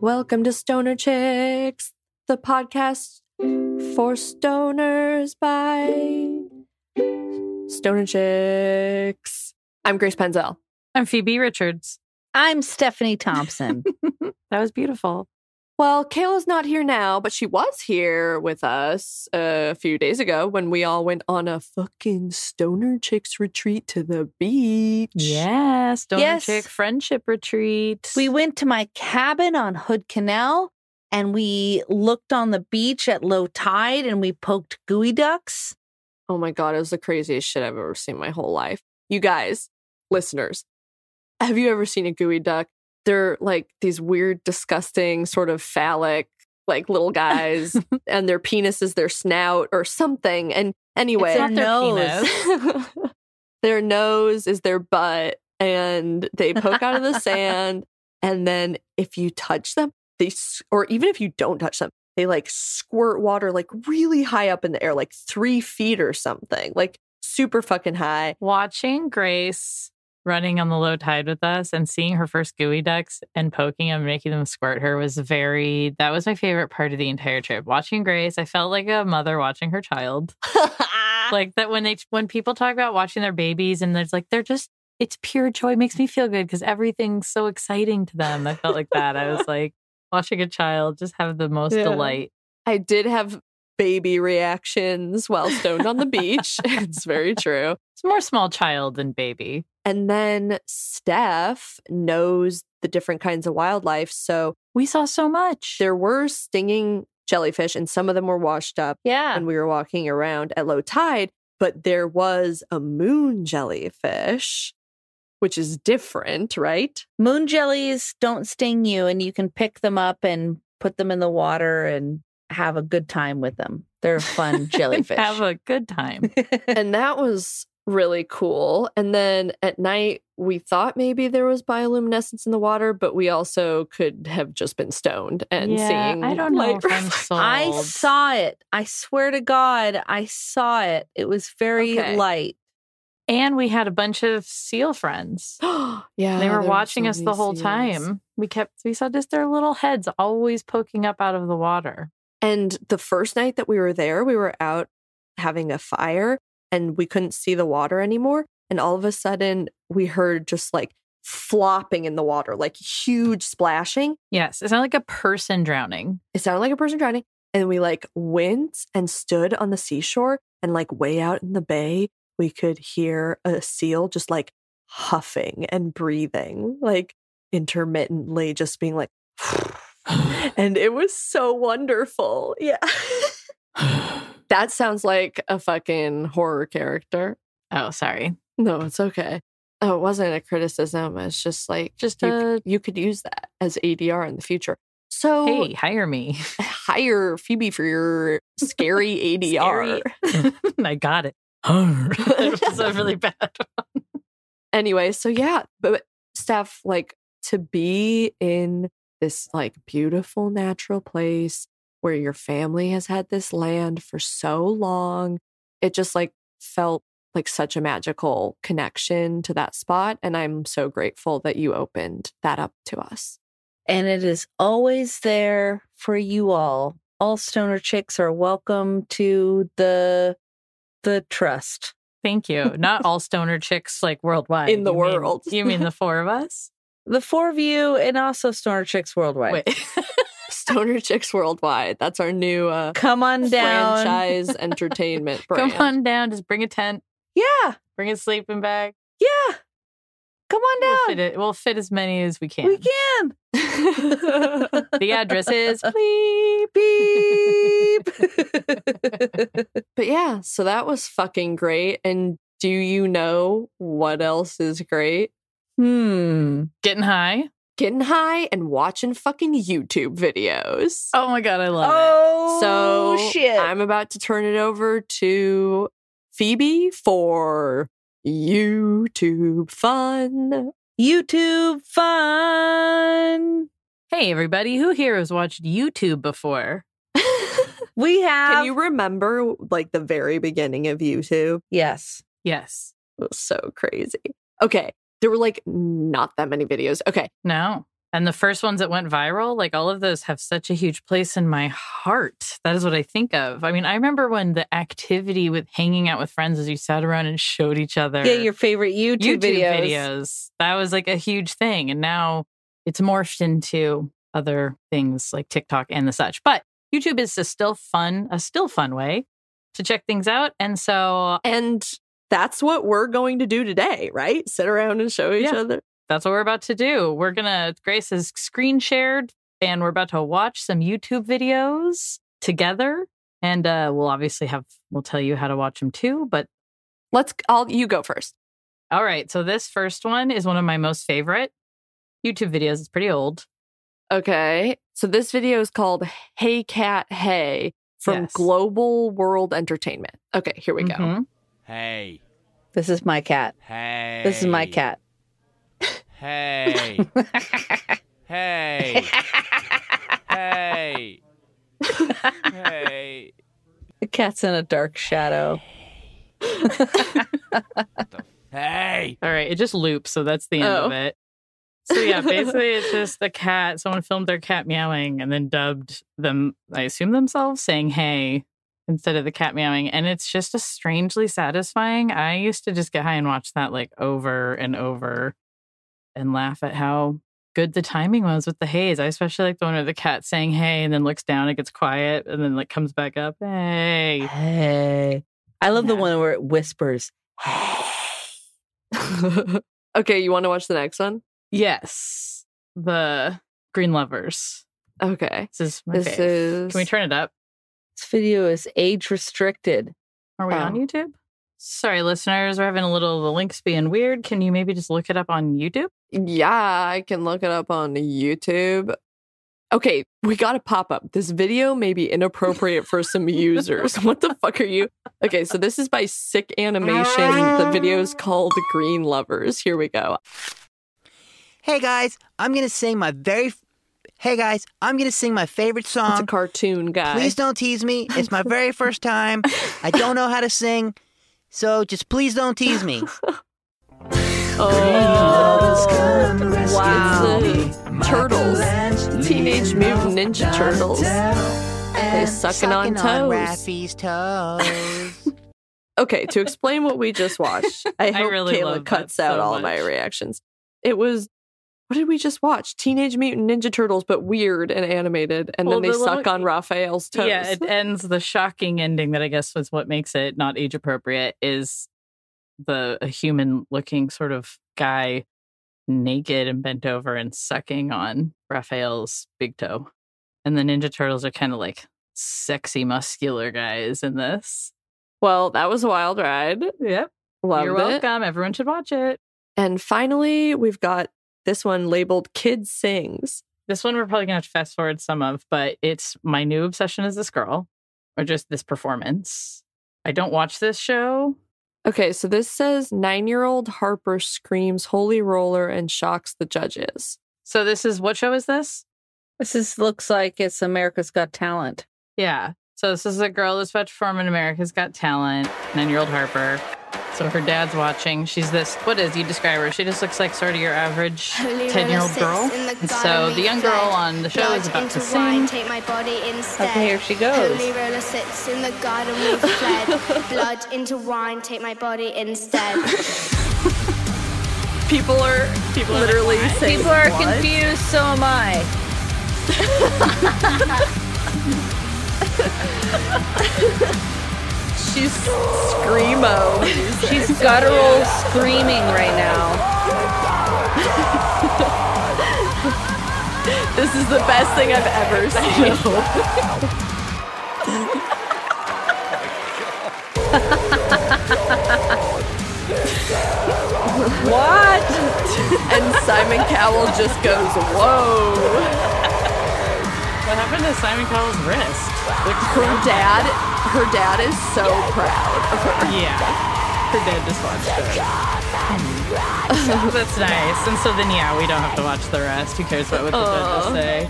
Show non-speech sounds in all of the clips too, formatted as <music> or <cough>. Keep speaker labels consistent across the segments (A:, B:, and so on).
A: Welcome to Stoner Chicks, the podcast for stoners by Stoner Chicks. I'm Grace Penzel.
B: I'm Phoebe Richards.
C: I'm Stephanie Thompson.
B: <laughs> That was beautiful.
A: Well, Kayla's not here now, but she was here with us a few days ago when we all went on a fucking Stoner Chicks retreat to the beach.
B: Yes, Donor
C: Yes.
B: Chick Friendship Retreat. <laughs>
C: we went to my cabin on Hood Canal and we looked on the beach at low tide and we poked gooey ducks.
A: Oh my God, it was the craziest shit I've ever seen in my whole life. You guys, listeners, have you ever seen a gooey duck? They're like these weird, disgusting, sort of phallic, like little guys, and their penis is their snout or something. And anyway,
C: It's not their
A: <laughs>
B: nose.
A: their nose is their butt and they poke out of the sand and then if you touch them they s- or even if you don't touch them they like squirt water like really high up in the air like three feet or something like super fucking high
B: watching Grace running on the low tide with us and seeing her first gooey ducks and poking them, making them squirt her was very, that was my favorite part of the entire trip. Watching Grace, I felt like a mother watching her
C: <laughs>
B: child. Like that when they, when people talk about watching their babies and there's like, they're just, it's pure joy. It makes me feel good because everything's so exciting to them. I felt like that. I
C: <laughs>
B: was like watching a child just have the most
A: Yeah.
B: delight.
A: i did have baby reactions while stoned on the beach it's very true
B: It's more small child than baby.
A: And then Steph knows the different kinds of wildlife. So
B: We saw so much.
A: there were stinging jellyfish, and some of them were washed up
C: Yeah.
A: when we were walking around at low tide. But there was a moon jellyfish, which is different, right?
C: Moon jellies don't sting you and you can pick them up and put them in the water and have a good time with them.
B: <laughs>
C: They're fun jellyfish.
B: Have a good time.
A: <laughs> and that was really cool. And then at night, we thought maybe there was bioluminescence in the water, but we also could have just been stoned and
B: Yeah,
A: seeing
B: I don't know
A: light <laughs>
B: if
A: <gasps>
B: I'm
A: reflect-
B: sold.
C: <laughs> I saw it. I swear to God, I saw it. It was very
A: Okay.
C: light.
B: And we had a bunch of seal friends.
A: yeah,
B: They
A: Oh, there
B: were
A: so
B: watching us
A: many
B: the whole
A: seals.
B: time. We kept we saw just their little heads always poking up out of the water.
A: And the first night that we were there, we were out having a fire and we couldn't see the water anymore. And all of a sudden, we heard just like flopping in the water, like huge splashing.
B: Yes, it sounded like a person
A: <sighs>
B: drowning.
A: It sounded like a person drowning. And we like went and stood on the seashore and like way out in the bay, we could hear a seal just like huffing and breathing, like intermittently, just being like, <sighs> and it was so wonderful. Yeah. <laughs>
B: oh,
A: That sounds like a fucking horror character.
B: sorry.
A: No, it's okay. Oh, it wasn't a criticism. It's just like
B: Just
A: you,
B: a-
A: you could use that as ADR in the future. So
B: Hey, hire me. <laughs>
A: hire Phoebe for your scary ADR.
B: I
A: <laughs>
B: got it. <laughs> it was a really bad <laughs>
A: Anyway, so yeah, but Steph, like to be in this like beautiful natural place where your family has had this land for so long, it just like felt like such a magical connection to that spot. And I'm so grateful that you opened that up to us.
C: and it is always there for you all. All stoner chicks are welcome to the the trust.
B: Thank you. Not all stoner chicks like worldwide.
A: In the
B: You mean-
A: world.
B: you
A: <laughs>
B: mean the four of us?
C: The four of you and also stoner chicks worldwide.
B: Wait. <laughs>
A: Stoner Chicks Worldwide. That's our new uh,
C: Come on down.
A: franchise entertainment brand.
B: Come on down. Just bring a tent.
C: Yeah.
B: Bring a sleeping bag.
C: Yeah. Come
B: We'll
C: on
B: fit,
C: down.
B: it, we'll fit as many as we can.
C: We can.
A: <laughs>
B: <laughs> The address
C: <laughs>
B: is please. <laughs>
C: Beep.
A: But yeah, so that was fucking great. And do you know what else is great?
C: hmm.
B: Getting high.
A: Getting high and watching fucking YouTube videos.
B: Oh my god, I love
C: Oh
A: so
C: shit.
A: I'm about to turn it over to Phoebe for YouTube fun. <laughs>
C: YouTube fun.
B: it. Hey everybody, who here has watched YouTube before?
C: We have
A: Can you remember like the very beginning of YouTube?
C: Yes.
B: Yes.
A: It was so crazy. Okay. There were like not that many videos. Okay.
B: No. And the first ones that went viral, like all of those have such a huge place in my heart. That is what I think of. I mean, I remember when the activity with hanging out with friends as you sat around and showed each other
C: Yeah, your favorite YouTube,
B: YouTube
C: videos.
B: videos. That was like a huge thing. And now it's morphed into other things like TikTok and the such. But YouTube is a still fun, a still fun way to check things out. And so
A: And that's what we're going to do today, right? Sit around and show each
B: Yeah.
A: other.
B: that's what we're about to do. We're gonna Grace has screen shared and we're about to watch some YouTube videos together. And uh, we'll obviously have we'll tell you how to watch them too. But
A: Let's I'll you go first.
B: all right, so this first one is one of my most favorite YouTube videos. It's pretty old.
A: Okay. So this video is called Hey Cat Hey from
B: Yes.
A: Global World Entertainment. Okay, here we go.
B: Mhm.
D: Hey.
C: This is my cat.
D: Hey.
C: This is my cat. <laughs>
D: Hey. hey. Hey. hey.
C: The cat's in a dark shadow.
D: Hey.
B: All right, it just loops, so that's the end
A: Oh.
B: of it. So yeah, basically it's just the cat. Someone filmed their cat meowing and then dubbed them, I assume themselves saying hey instead of the cat meowing. And it's just a strangely satisfying. I used to just get high and watch that like over and over and laugh at how good the timing was with the haze. I especially like the one where the cat saying hey and then looks down, it gets quiet, and then like comes back up. Hey.
C: Hey. I love the
B: Yeah.
C: one where it whispers.
A: Mm-hmm. <laughs> okay, you want to watch the next one?
B: Yes. The Green Lovers.
A: Okay.
B: This is my
A: this
B: fave.
A: is
B: Can we turn it up?
C: This video is age restricted.
B: Are we on
A: Oh.
B: YouTube? Sorry, listeners, we're having a little the links being weird. Can you maybe just look it up on YouTube?
A: Yeah, I can look it up on YouTube. Okay, we got a pop up. This video may be inappropriate for some users. What the fuck are you? <laughs> Okay, so this is by Sick Animation. The video is called Green Lovers. Here we go.
E: Hey guys, I'm gonna sing my very. F- hey guys, I'm gonna sing my favorite
A: It's
F: Um,
A: a
E: song.
A: cartoon guy.
E: Please don't tease me. It's my very first time. I don't know how to sing, so just please don't tease me.
A: Oh,
C: Wow.
A: it's the Turtles, Teenage Mutant Ninja Turtles. They're sucking on toes.
E: Raffy's toes.
F: <laughs>
A: Okay, to explain what we just
B: <laughs>
A: watched, I hope
B: really love
A: Kayla
B: that
A: cuts
B: so
A: out all my
B: much.
A: reactions. It was what did we just watch? Teenage Mutant Ninja Turtles, but weird and animated, and
B: Well,
A: then they
B: the
A: suck
B: little-
A: on Raphael's toes.
B: Yeah, it ends the shocking ending that I guess was what makes it not age appropriate is the a human looking sort of guy naked and bent over and sucking on Raphael's big toe. And the Ninja Turtles are kind of like sexy muscular guys in this.
A: well, that was a wild ride.
B: Yep.
A: Loved
B: You're
A: it.
B: welcome. Everyone should watch it.
A: And finally, we've got this one labeled "Kid Sings."
B: This one we're probably gonna have to fast forward some of, but it's my new obsession is this girl, or just this performance. I don't watch this show.
A: Okay, so this says nine-year-old Harper screams "Holy Roller" and shocks the judges.
B: So this is what show is this?
C: This is, looks like it's America's Got Talent.
B: Yeah. So this is a girl that's about to perform in America's Got Talent, nine-year-old Harper. So her dad's watching. She's this. What is you describe her? She just looks like sort of your average ten-year-old girl. And so the young girl on the show is about to sing.
G: Take my body instead.
C: Okay, here she goes.
G: Holy roller sits in the garden
B: <laughs>
G: we fled. Blood into wine, take my body instead.
A: People are literally saying,
C: People are
A: "What?"
C: confused, so am I.
A: <laughs> She's screamo. music.
C: She's guttural screaming right now.
A: This is the best thing I've ever seen.
C: What?
A: and Simon Cowell just goes, "Whoa!"
B: What happened to Simon Cowell's wrist?
A: Her dad, her dad is so proud of her.
B: Yeah. Her dad just watched
A: <laughs>
B: it. That's nice. And so then, yeah, we don't have to watch the rest. Who cares what, what the judges say?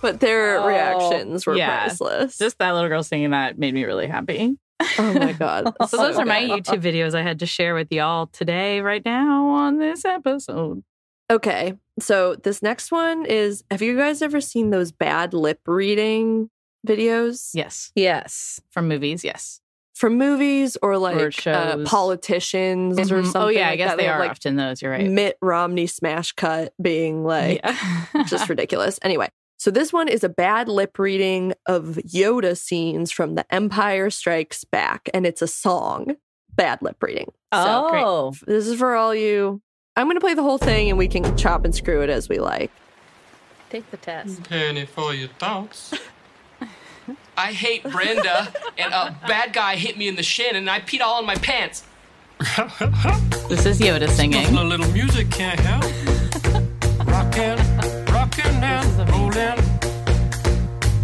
A: But their
C: Oh,
A: reactions were
B: yeah.
A: priceless.
B: Just that little girl singing that made me really happy.
A: oh
B: <laughs>
A: my god.
B: So those
A: <laughs>
B: are my
A: good.
B: YouTube videos I had to share with y'all today, right now on this episode.
A: Okay. So this next one is have you guys ever seen those bad lip reading videos
B: Yes.
C: Yes.
B: From movies, yes.
A: from movies or like uh,
B: shows.
A: politicians or
B: Mhm.
A: something?
B: oh, yeah, I
A: like
B: guess
A: that?
B: they,
A: have,
B: are
A: like
B: often those.
A: <laughs>
B: You're right.
A: Mitt Romney smash cut being like
B: Yeah. <laughs>
A: just ridiculous. Anyway, so this one is a bad lip reading of Yoda scenes from The Empire Strikes Back, and it's a song. Bad lip reading. So
C: oh,
A: this is for all you. I'm going to play the whole thing and we can chop and screw it as we like.
C: take the test.
F: Penny for your thoughts. I hate Brenda, and a bad guy hit me in the shin, and I peed all on my pants.
B: this is Yoda
F: A
B: singing.
F: little music can't
B: <laughs>
F: help. Rockin', rockin' and rollin'.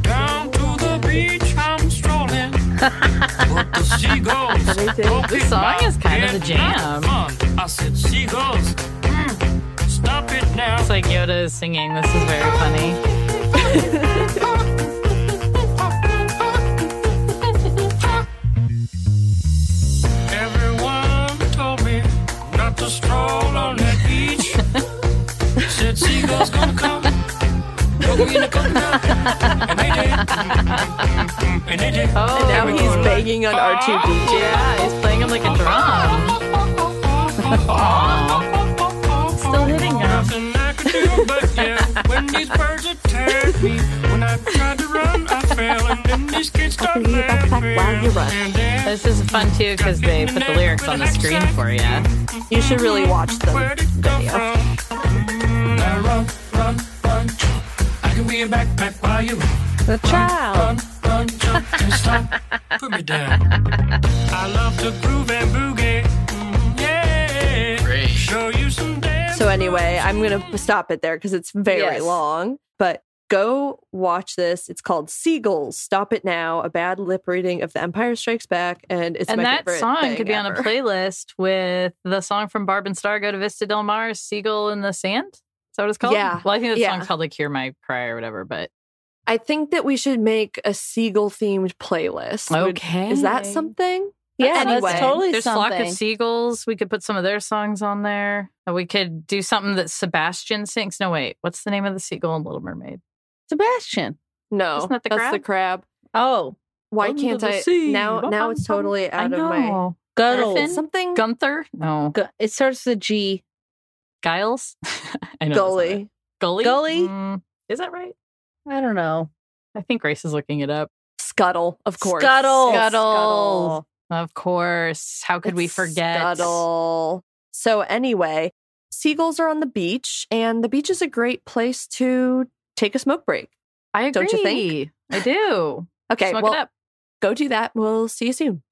F: Down to the beach I'm
B: <laughs>
F: strolling. But the seagulls.
B: The song is kind of the jam.
F: I said, seagulls, mm, stop it now.
B: It's like Yoda is singing. This is very funny.
F: Everyone told me not to stroll on that beach. Said seagulls gonna come. Throw me in the coconut. And they did. And they did.
B: Oh,
A: And now he's banging on R2D2.
B: yeah, he's playing him like a drum. Still hitting him.
F: Nothing I could do but yell when these birds attacked me. When I tried to run, I fell, and then these kids started
A: you back,
F: laughing.
A: back while you run.
F: And then
B: This is fun too because they put the lyrics on the screen for you.
A: You should really watch them.
F: Where'd it come from? Mm, I run, run, run, jump. I can be a backpack while you run,
C: The child.
A: Oh.
F: run, run, jump. Can't stop, put me down. I love to groove and boogie. Mm, yeah. Show you some dance.
A: So, anyway, I'm going to stop it there because it's very
C: Yes.
A: long. But go watch this. It's called Seagulls Stop It Now, a bad lip reading of The Empire Strikes Back. And it's
B: And
A: my
B: that
A: favorite
B: song
A: thing
B: could be on a
A: ever.
B: playlist with the song from Barb and Star Go to Vista Del Mar, Seagull in the Sand. Is that what it's called?
A: Yeah,
B: Well, I think that
A: yeah.
B: song's called like Hear My Cry or whatever, but
A: I think that we should make a seagull themed playlist. Would-
B: okay.
A: Is that something?
C: Yeah,
A: Anyway,
C: that's totally
B: There's Flock
C: something.
B: of Seagulls. We could put some of their songs on there. We could do something that Sebastian sings. No, wait. What's the name of the seagull in Little Mermaid?
C: Sebastian.
A: No,
B: Isn't that the
A: that's
B: crab?
A: the crab.
C: Oh,
A: Why
B: Under
A: can't
B: the
A: I?
B: sea.
A: Now, now it's totally
B: I
A: out of my.
B: know.
C: Guddle.
B: Griffin?
A: Something
B: Gunther? No.
C: Gu- It starts with a G.
B: Giles? <laughs> I know that's not it.
A: gully.
B: Gully?
C: Gully?
B: Mm, is that right?
C: I don't know.
B: I think Grace is looking it up.
A: Scuttle, of course.
C: Scuttle.
A: Scuttle.
B: Of course. How could we
A: It's
B: forget?
A: Scuttle. So, anyway, seagulls are on the beach, and the beach is a great place to take a smoke break.
B: I agree.
A: Don't you think?
B: I do.
A: <laughs> Okay,
B: Smoke it
A: well,
B: up.
A: go do that. We'll see you soon.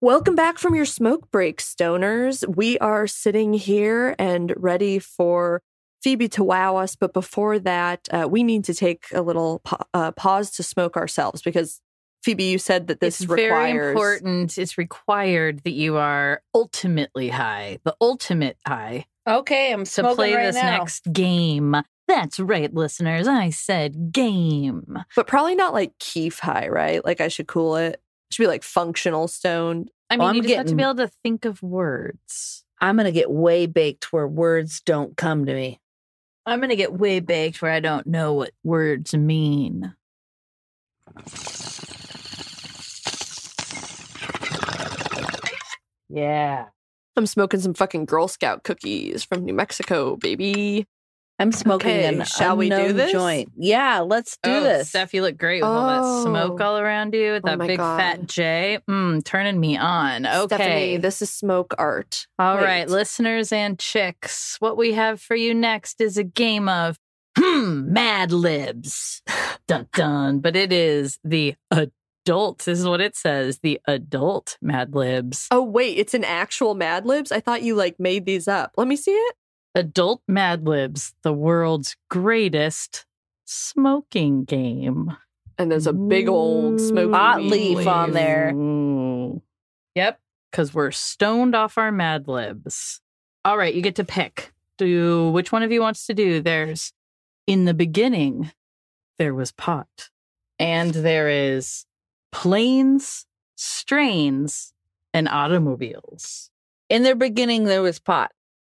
A: Welcome back from your smoke break, stoners. We are sitting here and ready for Phoebe to wow us. But before that, uh, we need to take a little pa- uh, pause to smoke ourselves because, Phoebe, you said that this
B: it's
A: requires.
B: very important. It's required that you are ultimately high, the ultimate high,
C: Okay, I'm
B: to play this next game. That's right, listeners. I said game.
A: but probably not like keef high, right? Like I should cool it. Should be like functional stoned.
B: I mean,
C: Well, I'm
B: you just have to
C: getting-
B: be able to think of words.
C: I'm gonna get way baked where words don't come to me.
B: I'm gonna get way baked where I don't know what words mean.
C: Yeah.
A: I'm smoking some fucking Girl Scout cookies from New Mexico, baby.
C: I'm smoking
A: Okay,
C: an
A: shall we do
C: unknown
A: this?
C: joint. Yeah, let's do this.
B: Oh, Steph, you look great with all that smoke
A: Oh.
B: all around you. With
A: Oh
B: that
A: my
B: big
A: God.
B: fat J, mm, turning me on.
A: Stephanie,
B: Okay,
A: this is smoke art.
B: all right,
A: wait.
B: listeners and chicks, what we have for you next is a game of hmm, Mad Libs. <sighs> dun dun. But it is the adult. This is what it says: the adult Mad Libs.
A: Oh wait, it's an actual Mad Libs. I thought you like made these up. Let me see it.
B: Adult Mad Libs, the world's greatest smoking game.
A: And there's a big old smoke
C: Hot leaf on there.
B: Ooh. Yep, because we're stoned off our Mad Libs. All right, you get to pick. Do which one of you wants to do? There's
H: In the beginning, there was pot, and there is planes, strains, and automobiles.
C: In their beginning, there was pot.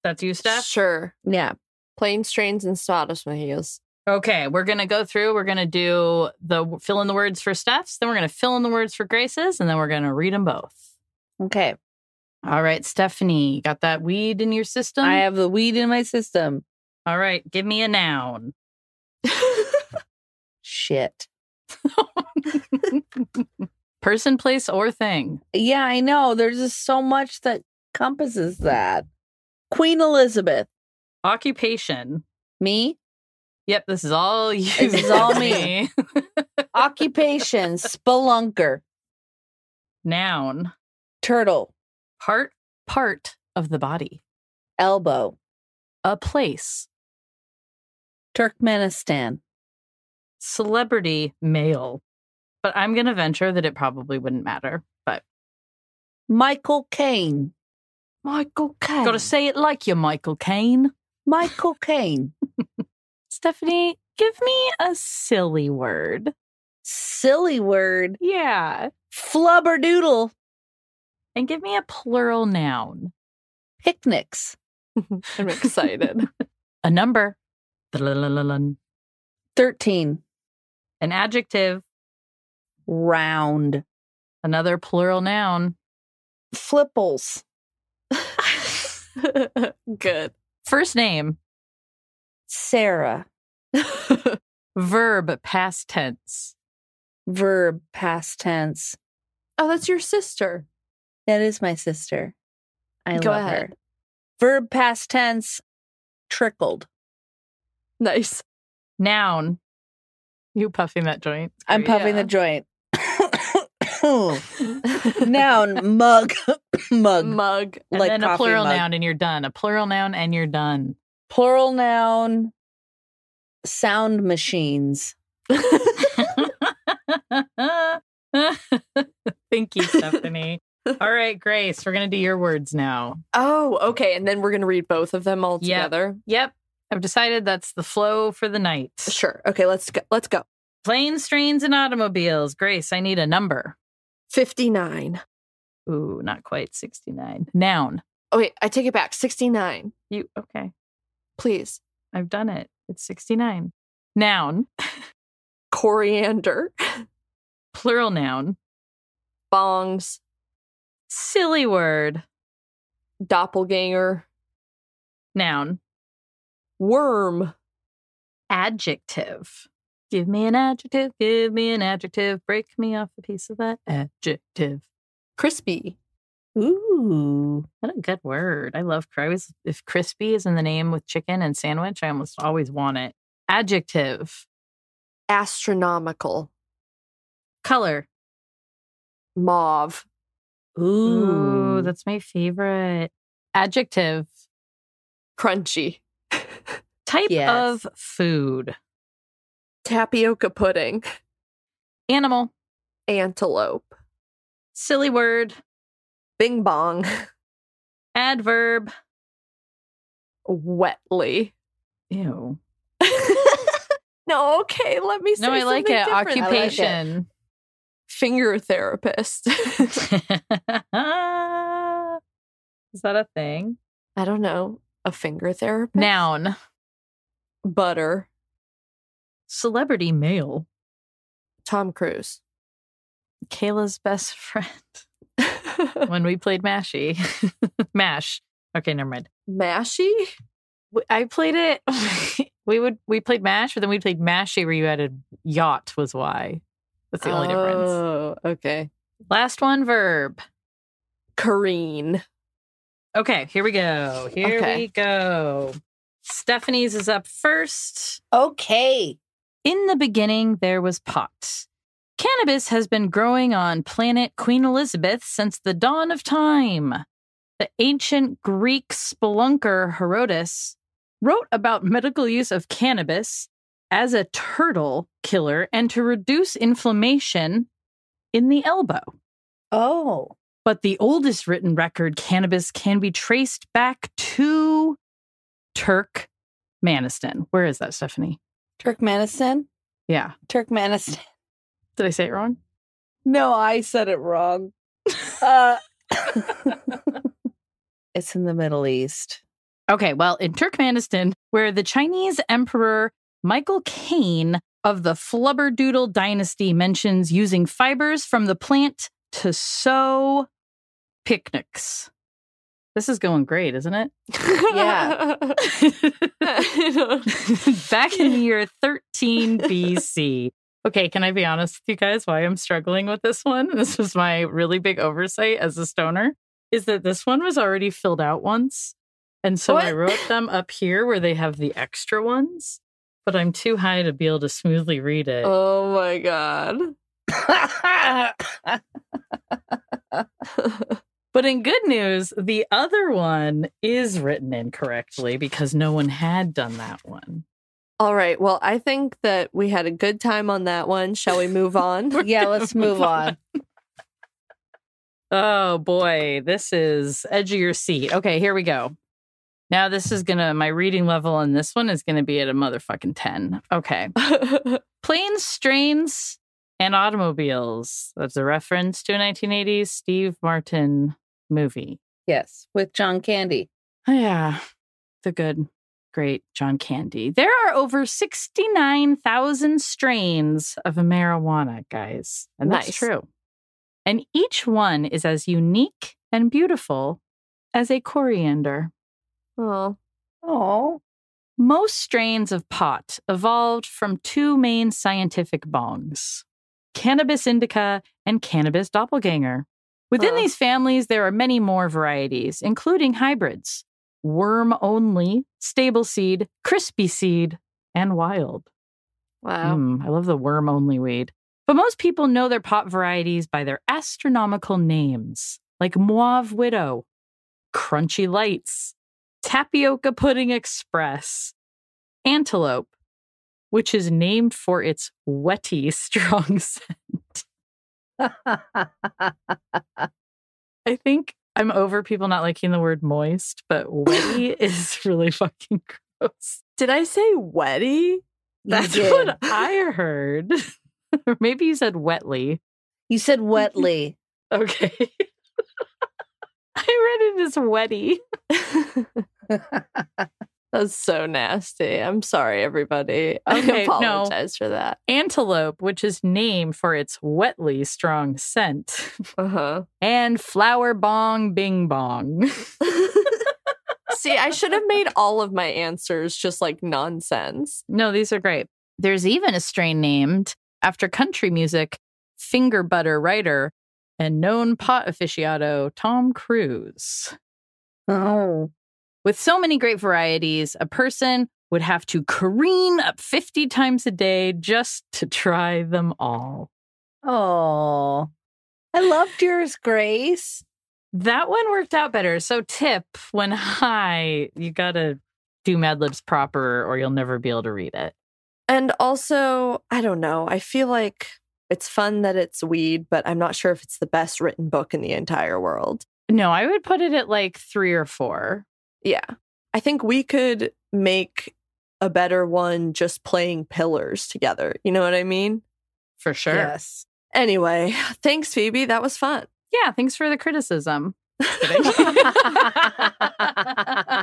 B: That's you, Steph?
A: Sure.
C: Yeah.
A: Plane strains and sawdust heels.
B: Okay, we're going to go through. We're going to do the fill in the words for Steph's, then we're going to fill in the words for Grace's, and then we're going to read them both.
C: Okay.
B: All right, Stephanie, got that weed in your system?
C: I have the weed in
B: <laughs>
C: my system.
B: All right, give me a
C: <laughs>
B: noun.
C: Shit.
B: Person, place, or thing.
C: Yeah, I know. There's just so much that compasses that. Queen Elizabeth.
B: Occupation.
C: Me?
B: Yep, this is all you.
C: This
B: <laughs>
C: is all me.
B: Stephanie.
C: Occupation. Spelunker.
B: Noun.
C: Turtle.
B: Part, part of the body.
C: Elbow.
B: A place.
C: Turkmenistan.
B: Celebrity, male. But I'm going to venture that it probably wouldn't matter. But
C: Michael Caine.
A: Michael Caine.
B: got to say it like you, Michael Caine.
C: Michael Caine.
B: Stephanie, give me a silly word.
C: Silly word.
B: Yeah.
C: Flubberdoodle.
B: And give me a plural noun.
C: Picnics.
A: I'm excited.
B: A number. Dun-dun-dun-dun-dun.
C: 13.
B: An adjective.
C: Round.
B: Another plural noun.
C: Flipples.
A: <laughs> Good.
B: First name.
C: Sarah.
B: Verb past tense.
C: Verb past tense.
A: Oh, that's your sister.
C: That is my sister. I
A: Go
C: love
A: ahead.
C: her. Verb past tense trickled.
A: Nice.
B: Noun. You puffing that joint.
C: I'm
B: Great.
C: puffing the joint. <coughs>
A: <laughs>
C: Noun, mug, <coughs> mug,
A: Mug.
B: And
C: like
B: then a
C: coffee
B: plural
C: mug.
B: noun and you're done. A plural noun and you're done.
C: Plural noun, sound machines.
A: <laughs>
B: Thank you, Stephanie. All right, Grace, we're going to do your words now.
A: Oh, okay. And then we're going to read both of them all
B: Yeah.
A: together.
B: Yep. I've decided that's the flow for the night.
A: Sure. Okay, let's go. Let's go.
B: Planes, strains, and automobiles. Grace, I need a number.
A: 59.
B: Ooh, not quite 69. Noun.
A: Oh, wait. I take it back. 69.
B: You, okay.
A: Please.
B: I've done it. It's 69. Noun.
A: Coriander. <laughs>
B: Plural noun.
A: Bongs.
B: Silly word.
A: Doppelganger.
B: Noun.
A: Worm.
B: Adjective. Give me an adjective. Give me an adjective. Break me off a piece of that adjective.
A: Crispy.
C: Ooh,
B: What a good word. I love I always if crispy is in the name with chicken and sandwich, I almost always want it. Adjective.
A: Astronomical.
B: Color.
A: Mauve.
C: ooh,
B: Ooh, that's my favorite. Adjective.
A: Crunchy.
B: Type
C: Yes.
B: of food.
A: Tapioca pudding.
B: Animal.
A: Antelope.
B: Silly word.
A: Bing bong.
B: Adverb.
A: Wetly. <laughs>
B: Ew.
A: no, okay. Let me say
B: No, I like
A: something
B: it.
A: different. I like it.
B: Occupation.
A: Finger therapist. <laughs>
B: <laughs> Is that a thing?
A: I don't know. A finger therapist?
B: Noun.
A: Butter.
B: Celebrity male.
A: Tom Cruise. <laughs>
B: Kayla's best <laughs> friend. when we played Mashy. <laughs> Mash. Okay, never mind.
A: Mashy?
B: W- I played it. <laughs> we would we played Mash, but then we played Mashy where you added yacht was why. That's the only difference.
A: Oh, okay.
B: Last one verb.
A: Kareen.
B: Okay, here we go. Here
A: Okay.
B: we go. Stephanie's is up first.
C: okay.
B: In the beginning, there was pot. Cannabis has been growing on planet Queen Elizabeth since the dawn of time. The ancient Greek spelunker Herodotus wrote about medical use of cannabis as a turtle killer and to reduce inflammation in the elbow.
C: Oh,
B: But the oldest written record, cannabis, can be traced back to Turkmenistan. Where is that, Stephanie?
C: Turkmenistan?
B: Yeah.
C: Turkmenistan.
I: Did I say it wrong?
C: <laughs> No, I said it wrong.
A: <laughs>
C: uh, <laughs> it's in the Middle
A: <laughs>
C: East. <laughs>
B: Okay, well, in Turkmenistan, where the Chinese Emperor Michael Kane of the Flubberdoodle dynasty mentions using fibers from the plant to sew picnics. This is going great, isn't it?
A: Yeah.
B: <laughs>
A: <laughs>
B: Back <laughs> in the year 13 BC. Okay, can I be honest with you guys why I'm struggling with this one? This was my really big oversight as a stoner, is that this one was already filled out once. And so I
A: What?
B: wrote them up here where they have the extra ones, but I'm too high to be able to smoothly read it.
A: oh my god.
B: But in good news, the other one is written incorrectly because no one had done that one.
A: All right. Well, I think that we had a good time on that one. Shall we move
B: <laughs>
A: on?
C: yeah, let's move on.
B: Oh boy, this is edge of your seat. Okay, here we go. Now this is gonna my reading level on this one is gonna be at a motherfucking ten. Okay, planes, strains, and automobiles. That's a reference to a 1980s Steve Martin movie.
C: Yes, with John Candy.
B: Oh, Yeah, the good, great John Candy. There are over 69,000 strains of marijuana, guys. And that's
A: Nice.
B: true. And each one is as unique and beautiful as a coriander.
A: <laughs> oh,
C: <laughs> Oh,
B: Most strains of pot evolved from two main scientific bongs cannabis indica and cannabis doppelganger. Within
A: Huh.
B: these families, there are many more varieties, including hybrids, worm only, stable seed, crispy seed, and wild.
A: wow.
B: Mm, I love the worm only weed. But most people know their pot varieties by their astronomical names, like Mauve Widow, Crunchy Lights, Tapioca Pudding Express, Antelope, which is named for its wetty <laughs> strong scent. I think I'm over people not liking the word moist, but wetty is really fucking gross.
A: Did I say wetty?
B: That's
C: you did.
B: what I heard. or <laughs> maybe you said wetly.
C: You said wetly.
B: Okay. I read it as wetty.
A: That's so nasty. I'm sorry, everybody. I
B: <laughs> Okay, no.
A: apologize for that.
B: Antelope, which is named for its wetly strong scent,
A: Uh
B: and flower bong bing bong. <laughs>
A: huh. See, I should have made all of my answers just like nonsense.
B: No, these are great. There's even a strain named after country music finger butter writer and known pot aficionado Tom Cruise.
C: Oh,
B: With so many great varieties, a person would have to careen up 50 times a day just to try them all.
C: oh, I loved yours, Grace.
B: That one worked out better. So, tip when high, you gotta do Mad Libs proper or you'll never be able to read it.
A: And also, I don't know. I feel like it's fun that it's weed, but I'm not sure if it's the best written book in the entire world.
B: No, I would put it at like three or four.
A: Yeah. I think we could make a better one just playing pillars together. You know what I mean?
B: For sure.
C: Yes.
A: Anyway, <sighs> thanks, Phoebe. That was fun.
B: Yeah, thanks for the criticism.
A: <laughs>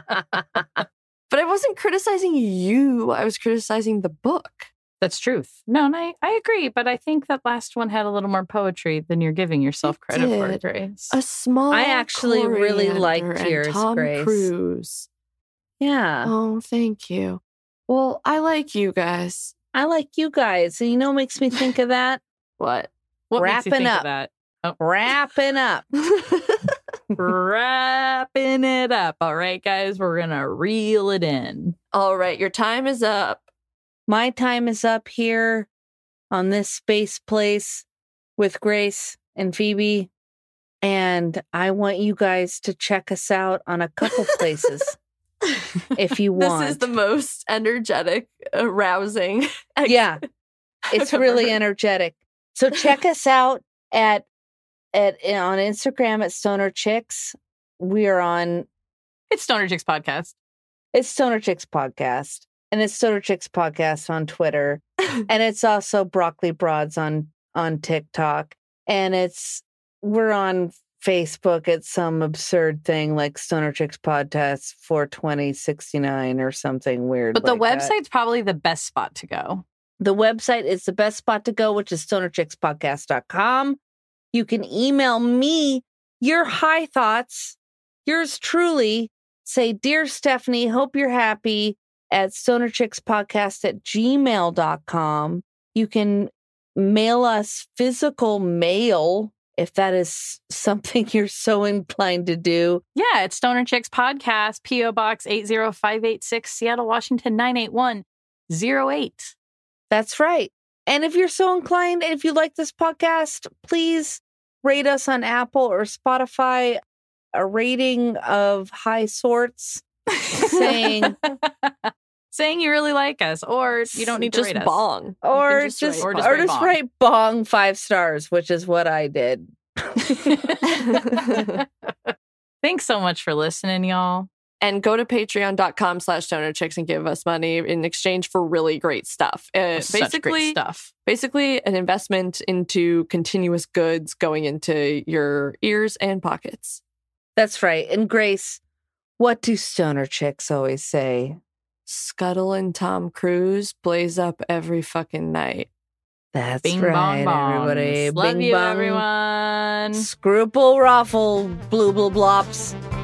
A: But I wasn't criticizing you, I was criticizing the book.
B: <laughs> That's truth. No, and I, I agree, but I think that last one had a little more poetry than you're giving yourself
A: It
B: credit for,
A: did.
B: Grace.
A: A small.
C: I actually really
A: coriander
C: liked
A: and
C: yours,
A: Tom
C: Grace.
A: Cruise.
C: Yeah.
A: Oh, thank you. Well, I like you guys.
C: I like you guys. And you know what makes me think of that?
A: What?
B: What makes you
C: wrapping
B: think of
C: up.
B: that?
C: Wrapping up.
B: Wrapping it up. All right, guys, we're gonna reel it in.
A: <laughs> All right, your time is up.
C: My time is up here on this space place with Grace and Phoebe. And I want you guys to check us out on a couple places if you want.
A: This is the most energetic, arousing.
B: <laughs>
C: yeah it's really
A: energetic.
C: energetic so check us out at at eh, on instagram at stoner chicks we are on
B: It's Stoner Chicks Podcast.
C: it's stoner chicks podcast and it's Soda Chicks podcast
B: <laughs>
C: on Twitter, and it's also Broccoli Broads on on TikTok, and it's we're on Facebook at some absurd thing like Stoner Chicks Podcast 42069 or something weird.
B: But the
C: like that.
B: website's probably the best spot to go.
C: The website is the best spot to go, which is stonerchickspodcast.com. You can email me your high thoughts. Yours truly. Say, Dear Stephanie, hope you're happy at stonerchickspodcast at gmail.com. You can mail us physical mail if that is something <laughs> you're so inclined to do.
B: Yeah, it's Stoner Chicks Podcast, P.O. Box 80586, Seattle, Washington 98108.
C: That's right. And if you're so inclined, if you like this podcast, please rate us on Apple or Spotify. A rating of
B: <laughs>
C: high sorts <laughs> saying,
B: Saying you really like us, or you don't need
A: just
B: to rate us.
A: bong. You can
C: or
A: just
C: just,
A: write-
B: or
C: or
B: just
C: just,
B: write bong.
C: write bong five stars, which is what I did.
B: <laughs> Thanks so much for listening, y'all.
A: and go to patreon.com slash donor chicks and give us money in exchange for really great stuff. Uh,
B: Such great
A: basically,
B: stuff.
A: basically an investment into continuous goods going into your ears and pockets.
C: That's right. And Grace, what do stoner chicks always say?
A: Scuttle and Tom Cruise blaze up every fucking night.
C: That's
B: Bing bong
C: right,
B: bong.
C: everybody.
B: Love
C: Bing
B: you,
C: bong.
B: everyone.
C: Scruple ruffle blue blue blops.